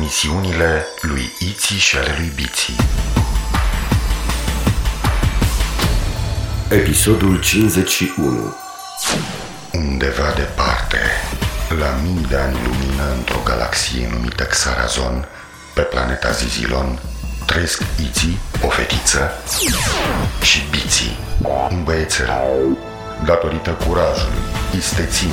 Misiunile lui Iții și ale lui Biții. Episodul 51 Undeva departe, la mii de ani lumină într-o galaxie numită Xarazon, pe planeta Zizilon, trăiesc Iții, o fetiță, și Biții, un băiețel. Datorită curajului, isteții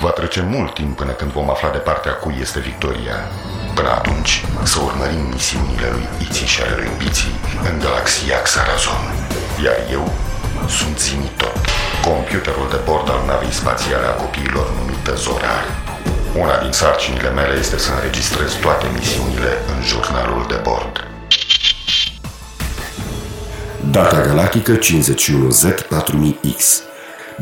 Va trece mult timp până când vom afla de partea cui este victoria. Până atunci, să urmărim misiunile lui Iții și ale lui Biții în galaxia Xarazon. Iar eu sunt Zimitot, computerul de bord al navei spațiale a copiilor numită Zorar. Una din sarcinile mele este să înregistrez toate misiunile în jurnalul de bord. Data galactică 51Z4000X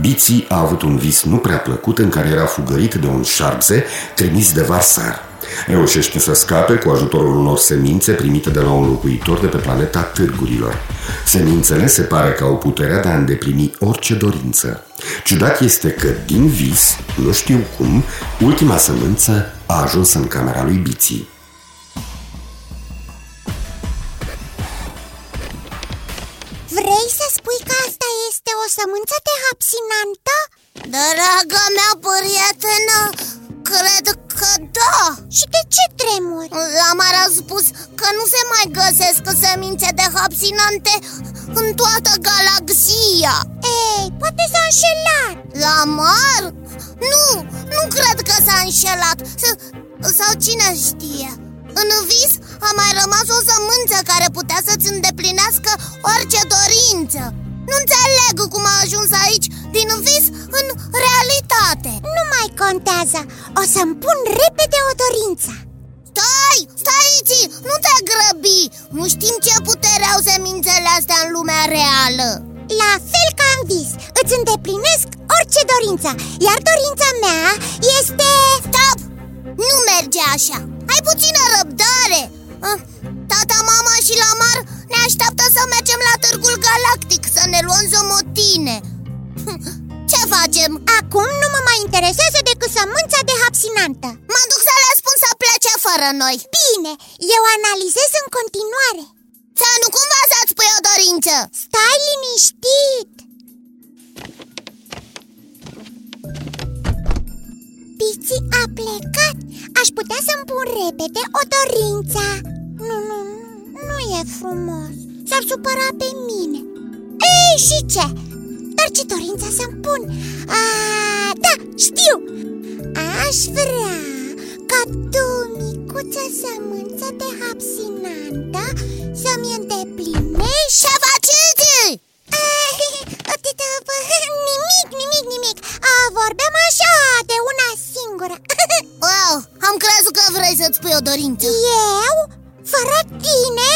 Biții a avut un vis nu prea plăcut în care era fugărit de un șarpze trimis de Varsar. Reușește să scape cu ajutorul unor semințe primite de la un locuitor de pe planeta Târgurilor. Semințele se pare că au puterea de a îndeplini orice dorință. Ciudat este că, din vis, nu știu cum, ultima sămânță a ajuns în camera lui Biții. Vrei să spui că asta este o sămânță de hapsinantă? Draga mea prietenă, cred că da Și de ce tremuri? La Mara a spus că nu se mai găsesc semințe de hapsinante în toată galaxia Ei, poate s-a înșelat La Mar? Nu, nu cred că s-a înșelat S- Sau cine știe? În vis a mai rămas o sămânță care putea să-ți îndeplinească orice dorință Nu înțeleg cum a ajuns aici din vis în realitate Nu mai contează, o să-mi pun repede o dorință Stai, stai aici, nu te grăbi Nu știm ce putere au semințele astea în lumea reală La fel ca în vis, îți îndeplinesc orice dorință Iar dorința mea este... Stop! Nu merge așa Ai puțină răbdare Ah, Tata, mama și Lamar ne așteaptă să mergem la Târgul Galactic Să ne luăm zomotine Hm, Ce facem? Acum nu mă mai interesează decât sămânța de hapsinantă Mă duc să le spun să plece fără noi Bine, eu analizez în continuare Să nu cumva să-ți pui o dorință Stai liniștit Piții a plecat Aș putea să-mi pun repede o dorință Nu, nu, nu, nu e frumos S-ar supăra pe mine Ei, și ce? Dar ce dorință să-mi pun? A, da, știu! Aș vrea ca tu, micuță sămânță de hapsinantă Să-mi îndeplinești Ceva ce Nimic, nimic, nimic A, Vorbeam așa, de una singură Wow, am crezut că vrei să-ți pui o dorință Eu? Fără tine?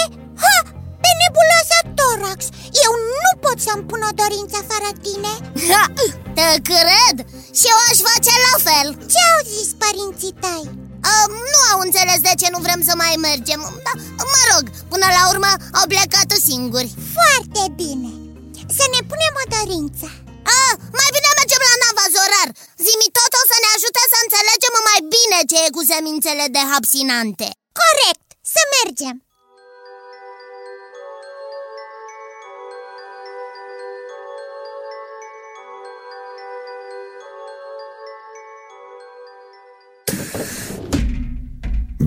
Ha, pe nebuloasa Torax Eu nu pot să-mi pun o dorință fără tine Ha, te cred și eu aș face la fel Ce au zis părinții tăi? uh, Nu au înțeles de ce nu vrem să mai mergem Dar, mă rog, până la urmă au plecat singuri Foarte bine Să ne punem o dorință uh, Mai bine mergem la nava Zorar Zimi tot o să ne ajute să înțelegem mai bine ce e cu semințele de hapsinante Corect, să mergem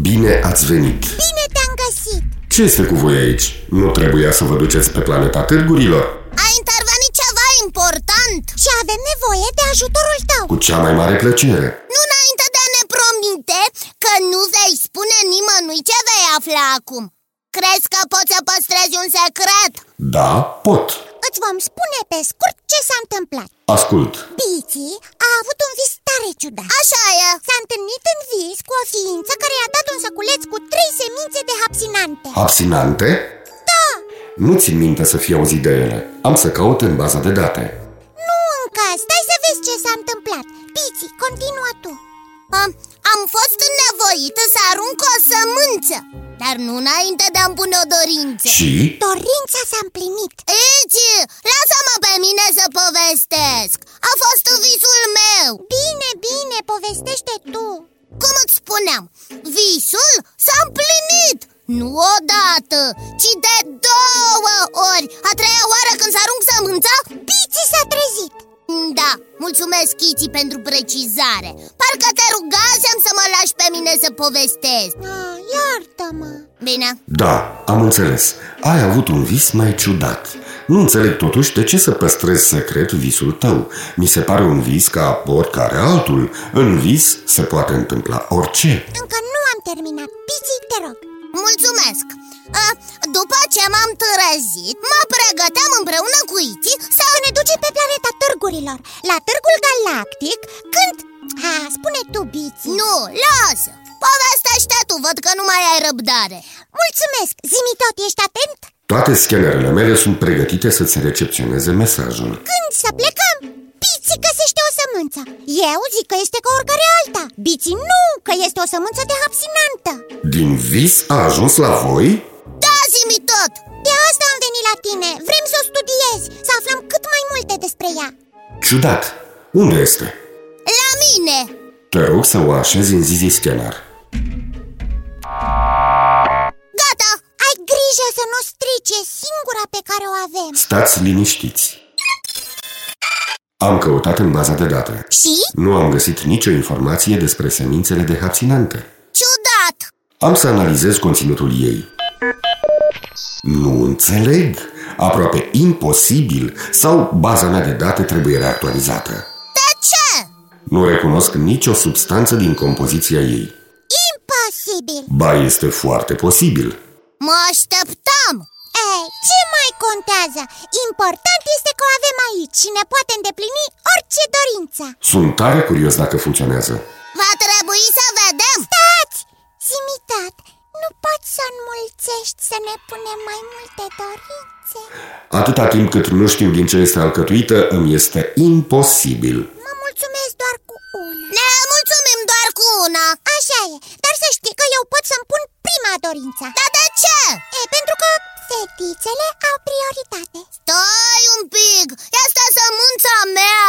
Bine ați venit! Bine te-am găsit Ce este cu voi aici? Nu trebuia să vă duceți pe planeta Târgurilor? A intervenit ceva important Și avem nevoie de ajutorul tău Cu cea mai mare plăcere! Nu înainte de a ne promite că nu vei spune nimănui ce vei afla acum Crezi că poți să păstrezi un secret? Da, pot! Îți vom spune pe scurt ce s-a întâmplat Ascult! Biții a avut un vis tare ciudat Așa e S-a întâlnit în vis cu o ființă care i-a dat un săculeț cu trei semințe de hapsinante Absinante? Da, Nu țin minte să fi auzit de ele. Am să caut în baza de date. Nu încă, stai să vezi ce s-a întâmplat Pici, continua tu Am, am fost nevoită să arunc o sămânță Dar nu înainte de a-mi pune o dorință Și? Dorința s-a împlinit Ici, lasă-mă pe mine să povestesc A fost visul meu Bine, bine, povestește tu Cum îți spuneam, visul s-a împlinit nu odată, ci de două ori A treia oară când s-a arunc sămânța Pici s-a trezit Da, mulțumesc, Kitty, pentru precizare Parcă te rugasem să mă lași pe mine să povestesc ah, Iartă-mă Bine Da, am înțeles Ai avut un vis mai ciudat nu înțeleg totuși de ce să păstrezi secret visul tău. Mi se pare un vis ca oricare altul. În vis se poate întâmpla orice. Încă nu am terminat. Pici, te rog. Mulțumesc! A, după ce m-am trezit, mă pregăteam împreună cu Iti să... să ne ducem pe planeta târgurilor, la târgul galactic, când... Ha, spune tu, Biți Nu, lasă! Povestește tu, văd că nu mai ai răbdare Mulțumesc! Zimi tot, ești atent? Toate scanerele mele sunt pregătite să-ți recepționeze mesajul. Când să plecăm? Biți găsește o sămânță Eu zic că este ca oricare alta Biți nu, că este o sămânță de hapsinantă Din vis a ajuns la voi? Da, zimi tot! De asta am venit la tine Vrem să o studiezi, să aflăm cât mai multe despre ea Ciudat! Unde este? La mine! Te rog să o așezi în Zizi Scanner. Gata! Ai grijă să nu o strice singura pe care o avem Stați liniștiți! Am căutat în baza de date. Și? Nu am găsit nicio informație despre semințele de hapsinante. Ciudat! Am să analizez conținutul ei. Nu înțeleg. Aproape imposibil. Sau baza mea de date trebuie reactualizată. De ce? Nu recunosc nicio substanță din compoziția ei. Imposibil Ba, este foarte posibil. Mă așteptam! Ei, ce mai contează? Important este că o avem aici și ne poate îndeplini orice dorință Sunt tare curios dacă funcționează. Va trebui să vedem! Stați! Simitat, nu poți să înmulțești să ne punem mai multe dorințe? Atâta timp cât nu știu din ce este alcătuită, îmi este imposibil. Mă mulțumesc doar cu una Ne mulțumim doar cu una! Așa e, dar să știi că eu pot să-mi pun prima dorință Dar de ce? E, pentru că fetițele au prioritate Stai un pic! Asta e sămânța mea!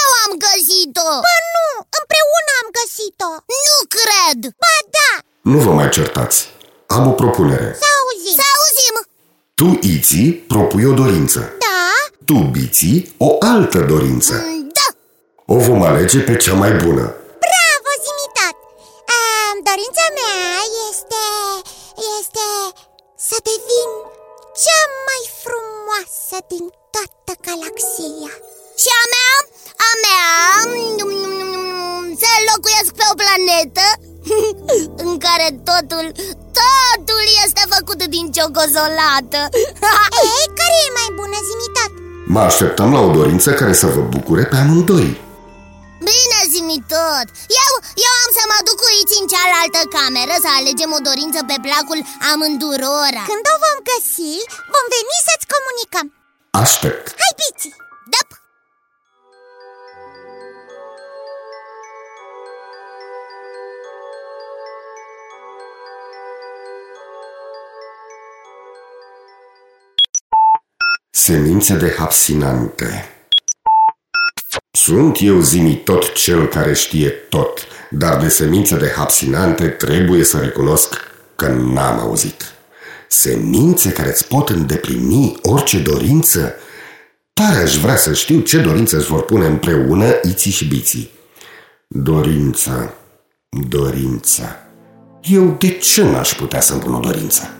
Eu am găsit-o! Bă, nu! Împreună am găsit-o Nu cred! Ba da! Nu vă mai certați. Am o propunere. Să auzim Să auzim! Tu, Iții, propui o dorință. Da? Tu, Biții, o altă dorință. Da! O vom alege pe cea mai bună. Bravo, Zimitat! Um, dorința mea este... este... să devin cea mai frumoasă din toată galaxia Și a mea, a mea, mm, să locuiesc pe o planetă în care totul, totul este făcut din ciocozolată Ei, care e mai bună, Zimitat? Mă așteptăm la o dorință care să vă bucure pe amândoi. Bine, zimi tot! Eu, eu am să mă duc cu Iți în cealaltă cameră să alegem o dorință pe placul amândurora Când o vom găsi, vom veni să-ți comunicăm Aștept. Hai, Pici! Dăp! Semințe de hapsinante Sunt eu zimi tot cel care știe tot, dar de semințe de hapsinante trebuie să recunosc că n-am auzit. Semințe care îți pot îndeplini orice dorință? Tare aș vrea să știu ce dorință îți vor pune împreună iții și biții. Dorință, dorință. Eu de ce n-aș putea să-mi pun o dorință?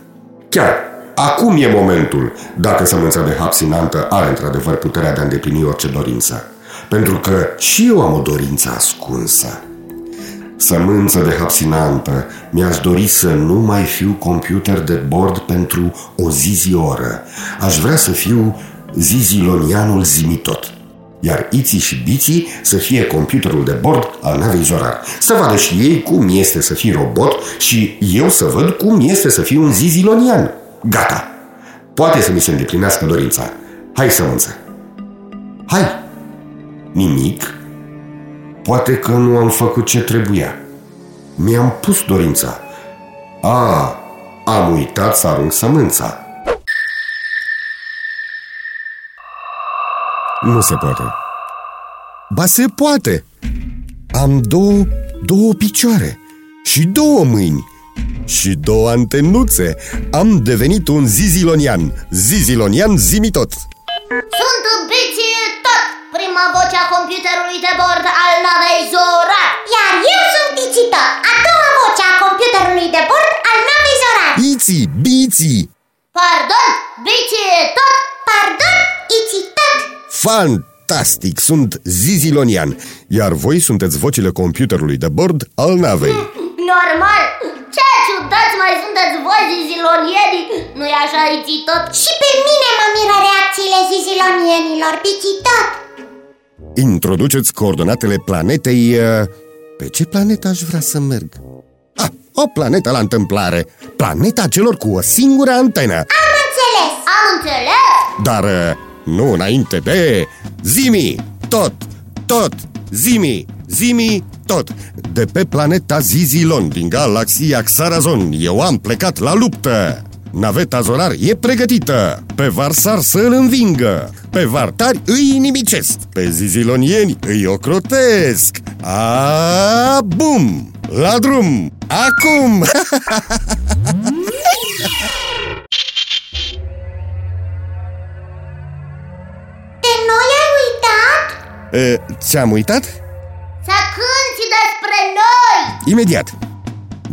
Chiar, acum e momentul, dacă sămânța de hapsinantă are într-adevăr puterea de a îndeplini orice dorință. Pentru că și eu am o dorință ascunsă. Sămânță de hapsinantă, mi-aș dori să nu mai fiu computer de bord pentru o zi zi oră. Aș vrea să fiu zizilonianul zimitot. Iar Iții și Biții să fie computerul de bord al navei Zorar. Să vadă și ei cum este să fii robot și eu să văd cum este să fiu un zizilonian. Gata! Poate să mi se îndeplinească dorința. Hai, sămânță! Hai! Nimic? Poate că nu am făcut ce trebuia. Mi-am pus dorința. A, am uitat să arunc sămânța. Nu se poate. Ba se poate! Am două, două picioare și două mâini și două antenuțe. Am devenit un zizilonian. Zizilonian zimitot. Sunt împiție tot! Prima voce a computerului de bord al navei Zora Iar eu sunt Ticito, a doua voce a computerului de bord al navei Zoran Iții, biții! Pardon, biție tot! Pardon, Icitot Fantastic! Sunt zizilonian, iar voi sunteți vocile computerului de bord al navei. Normal! Ce ciudați mai sunteți voi, zizilonienii! Nu-i așa, iții tot? Și pe mine mă miră reacțiile zizilonienilor, Icitot Introduceți coordonatele planetei... uh, Pe ce planetă aș vrea să merg? Ah, o planetă la întâmplare! Planeta celor cu o singură antenă! Am înțeles Am înțeles? Dar uh, nu înainte de... Zimi! Tot! Tot! Zimi! Zimi! Tot! De pe planeta Zizilon din galaxia Xarazon eu am plecat la luptă! Naveta Zorar e pregătită! Pe Varsar să îl învingă! Pe Vartari îi inimicesc! Pe Zizilonieni îi ocrotesc! A, bum! La drum! Acum! De noi ai uitat? E, Uh, Ți-am uitat? Să cânti despre noi! Imediat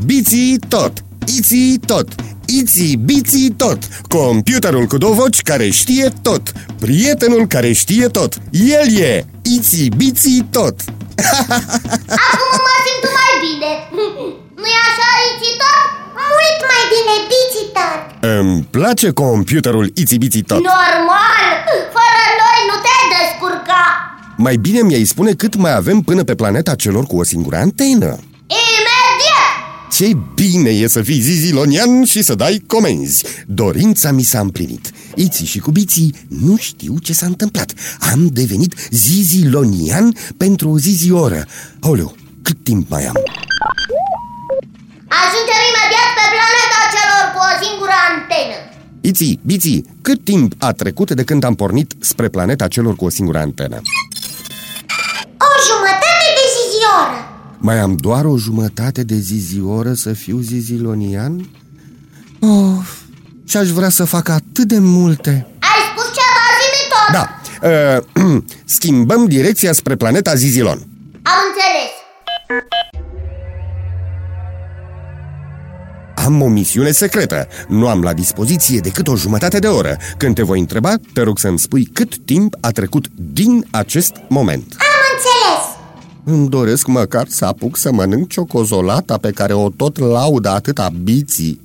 Biții tot, iții tot, iții biții tot Computerul cu două voci care știe tot Prietenul care știe tot El e iții biții tot Acum mă simt mai bine! Nu-i așa, iții tot? Mult mai bine, Icitot Îmi place computerul iții biții tot Normal! Fără noi nu te descurca! Mai bine mi-ai spune cât mai avem până pe planeta celor cu o singură antenă Imediat! Ce bine e să fii zizilonian și să dai comenzi Dorința mi s-a împlinit Iții și cubiții nu știu ce s-a întâmplat Am devenit zizilonian pentru o zizioră Aoleu, cât timp mai am? Ajungem imediat pe planeta celor cu o singură antenă! Iții, biții, cât timp a trecut de când am pornit spre planeta celor cu o singură antenă? O jumătate de zi zi oră Mai am doar o jumătate de zizioră să fiu zizilonian? Of, și-aș vrea să fac atât de multe Ai spus ceva, zimi tot? Da, uh, schimbăm direcția spre planeta Zizilon Am înțeles! Am o misiune secretă. Nu am la dispoziție decât o jumătate de oră. Când te voi întreba, te rog să-mi spui cât timp a trecut din acest moment. Am înțeles Îmi doresc măcar să apuc să mănânc ciocozolata pe care o tot laudă atâta biții.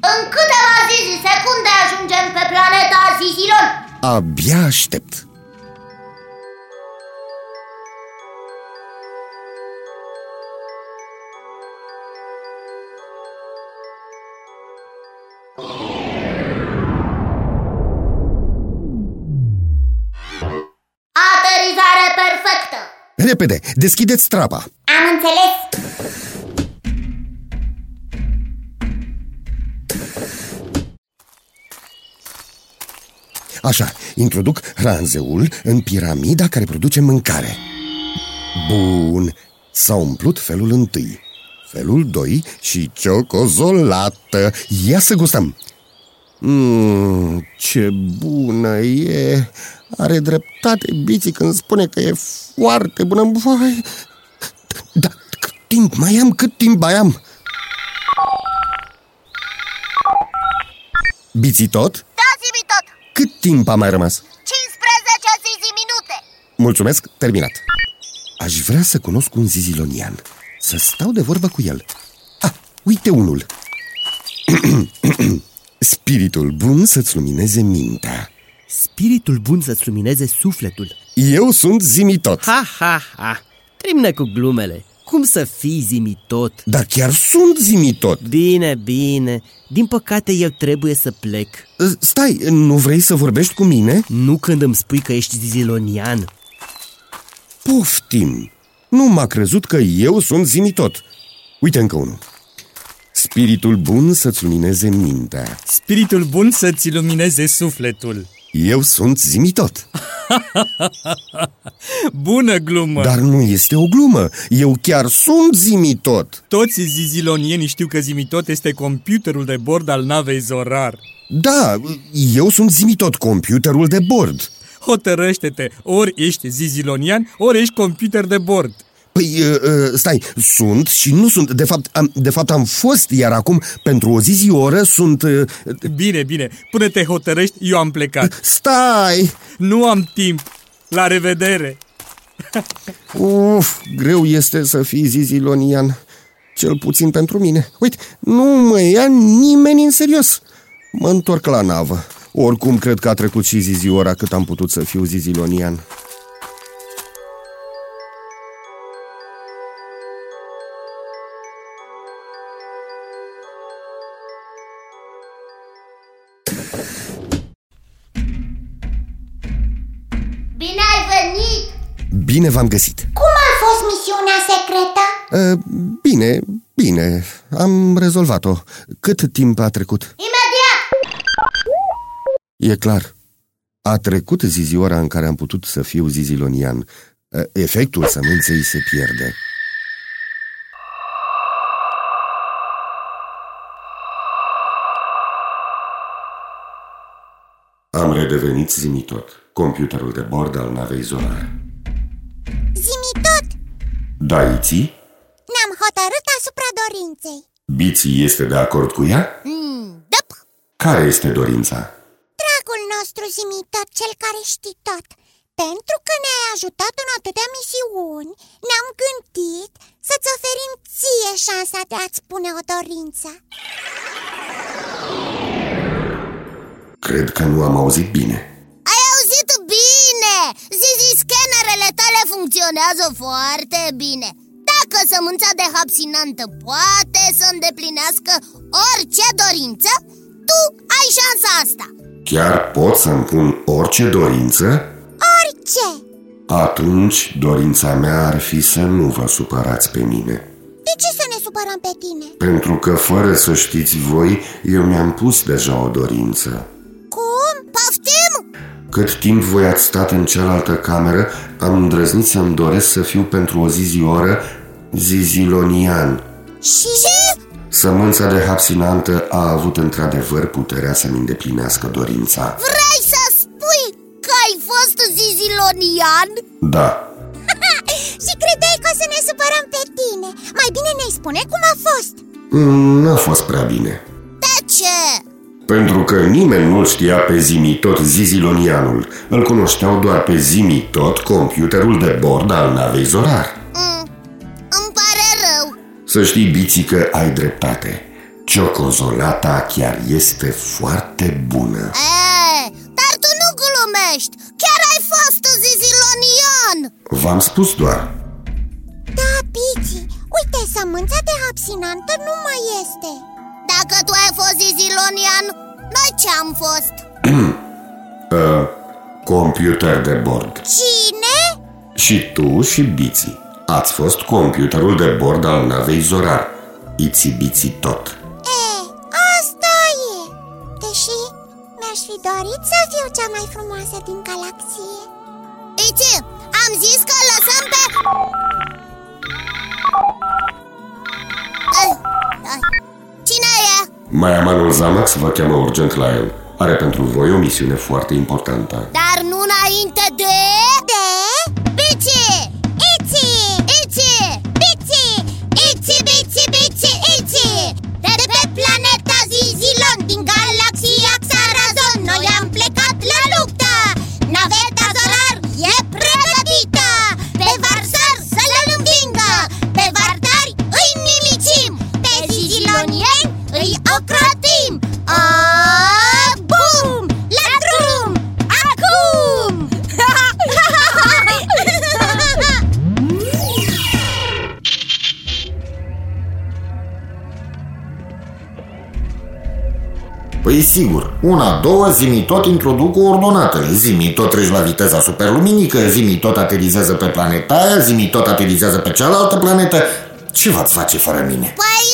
În câteva zizi secunde ajungem pe planeta Sisilon Abia aștept. Aterizare perfectă Repede, deschideți trapa. Am înțeles Așa, introduc ranzeul în piramida care produce mâncare. Bun, s-a umplut felul întâi, felul doi și ciocozolată. Ia să gustăm! Mmm, ce bună e! Are dreptate Biții când spune că e foarte bună. Vai! Da, cât timp mai am, cât timp mai am? Biții tot? Da, zimi tot! Cât timp a mai rămas? 15 zizi minute Mulțumesc, terminat. Aș vrea să cunosc un zizilonian. Să stau de vorbă cu el. Ah, uite unul. Spiritul bun să-ți lumineze mintea. Spiritul bun să-ți lumineze sufletul Eu sunt Zimitot. Ha, ha, ha! Termină cu glumele Cum să fii zimitot? Dar chiar sunt zimitot Bine, bine, din păcate eu trebuie să plec Stai, nu vrei să vorbești cu mine? Nu când îmi spui că ești zilonian Poftim! Nu m-a crezut că eu sunt zimitot Uite încă unul Spiritul bun să-ți lumineze mintea Spiritul bun să-ți lumineze sufletul. Eu sunt zimitot Bună glumă! Da. Dar nu este o glumă Eu chiar sunt zimitot Toți zizilonienii știu că Zimitot este computerul de bord al navei Zorar. Da, eu sunt zimitot, computerul de bord Hotărăște-te, ori ești zizilonian, ori ești computer de bord. Păi, ă, ă, stai, sunt și nu sunt De fapt am, de fapt am fost, iar acum pentru o zi zi oră sunt ă, Bine, bine, până te hotărăști, eu am plecat. Stai! Nu am timp. La revedere! Uf, greu este să fii zizilonian Cel puțin pentru mine Uite, nu mă ia nimeni în serios Mă întorc la navă Oricum cred că a trecut și zizi ora cât am putut să fiu zizilonian Bine ai venit! Bine v-am găsit Cum a fost misiunea secretă? E, Bine, bine, am rezolvat-o Cât timp a trecut? Imediat! E clar A trecut zizi ora în care am putut să fiu zizilonian E, Efectul sămânței se pierde Am redevenit zimitot, computerul de bord al navei Zonar. Zimi tot! Da, Iții? Ne-am hotărât asupra dorinței Biții este de acord cu ea? Dăp! Care este dorința? Dragul nostru Zimi tot, cel care știi tot Pentru că ne-ai ajutat în atâtea misiuni Ne-am gândit să-ți oferim ție șansa de a-ți spune o dorință Cred că nu am auzit bine. Ai auzit bine! Zizi, scanerele tale funcționează foarte bine Dacă sămânța de hapsinantă poate să îndeplinească orice dorință Tu ai șansa asta Chiar pot să-mi pun orice dorință? Orice! Atunci, dorința mea ar fi să nu vă supărați pe mine. De ce să ne supărăm pe tine? Pentru că, fără să știți voi, eu mi-am pus deja o dorință. Cum? Poftim? Cât timp voi ați stat în cealaltă cameră, am îndrăznit să-mi doresc să fiu pentru o zi zi oră zizilonian. Și... Sămânța de hapsinantă a avut într-adevăr puterea să-mi îndeplinească dorința. Vrei să spui că ai fost zizilonian? Da, și credeai că o să ne supărăm pe tine Mai bine ne-ai spune cum a fost Mm, n-a fost prea bine. De ce? Pentru că nimeni nu știa pe Zimi tot Zizilonianul. Îl cunoșteau doar pe Zimi tot computerul de bord al navei Zorar. Mm, îmi pare rău Să știi, Biții, că ai dreptate. Ciocozolata chiar este foarte bună. E, dar tu nu glumești Chiar ai fost zizilonian V-am spus doar. Da, Pici, uite, sămânța de absinantă nu mai este Dacă tu ai fost zizilonian, noi ce am fost? Computer de bord. Cine? Și tu și Biții. Ați fost computerul de bord al navei Zorar. Iți Biții tot. E, asta e Deși mi-aș fi dorit să fiu cea mai frumoasă din galaxie Ici, am zis că lăsăm pe... Ai, ai. Cine e? Mai amanul Zamax vă cheamă urgent la el. Are pentru voi o misiune foarte importantă. Dar nu înainte de... De... Bici! Ici! Ici! Bici! Ici, bici, bici, ici! De pe planeta Zizilon din galaxia Xarazon Noi am plecat la luptă! Naveta Zorar e pregătită! Pe Varsar să le învingă! Pe Vardari îi nimicim! Pe Zizilonieni îi ocrotim! A, bum! La drum! Acum! Păi sigur, una, două, zimii tot introduc coordonatele, zimii tot treci la viteza superluminică, zimii tot aterizează pe planeta aia, zimii tot aterizează pe cealaltă planetă. Ce v-ați face fără mine? Păi,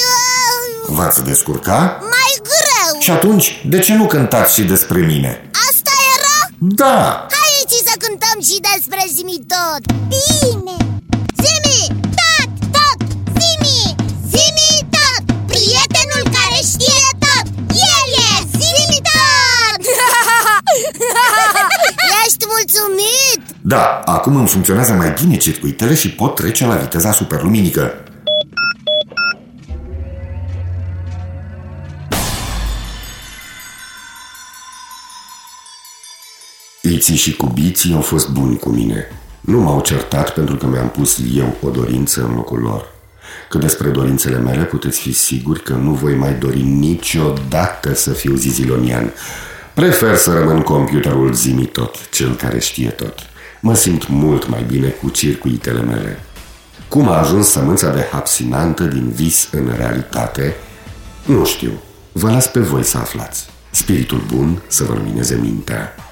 uh, V-ați descurca? mai greu Și atunci, de ce nu cântați și despre mine? Asta era? Da! Haideți să cântăm și despre zimi tot Bine Zimi, tot, tot, zimi, zimi tot Prietenul care știe tot, el e zimi tot Ești mulțumit? Da, acum îmi funcționează mai bine circuitele și pot trece la viteza superluminică. Iții și cubiții au fost buni cu mine. Nu m-au certat pentru că mi-am pus eu o dorință în locul lor. Că despre dorințele mele puteți fi siguri că nu voi mai dori niciodată să fiu zizilonian. Prefer să rămân computerul zimi tot, cel care știe tot. Mă simt mult mai bine cu circuitele mele. Cum a ajuns sămânța de hapsinantă din vis în realitate? Nu știu. Vă las pe voi să aflați. Spiritul bun să vă lumineze mintea.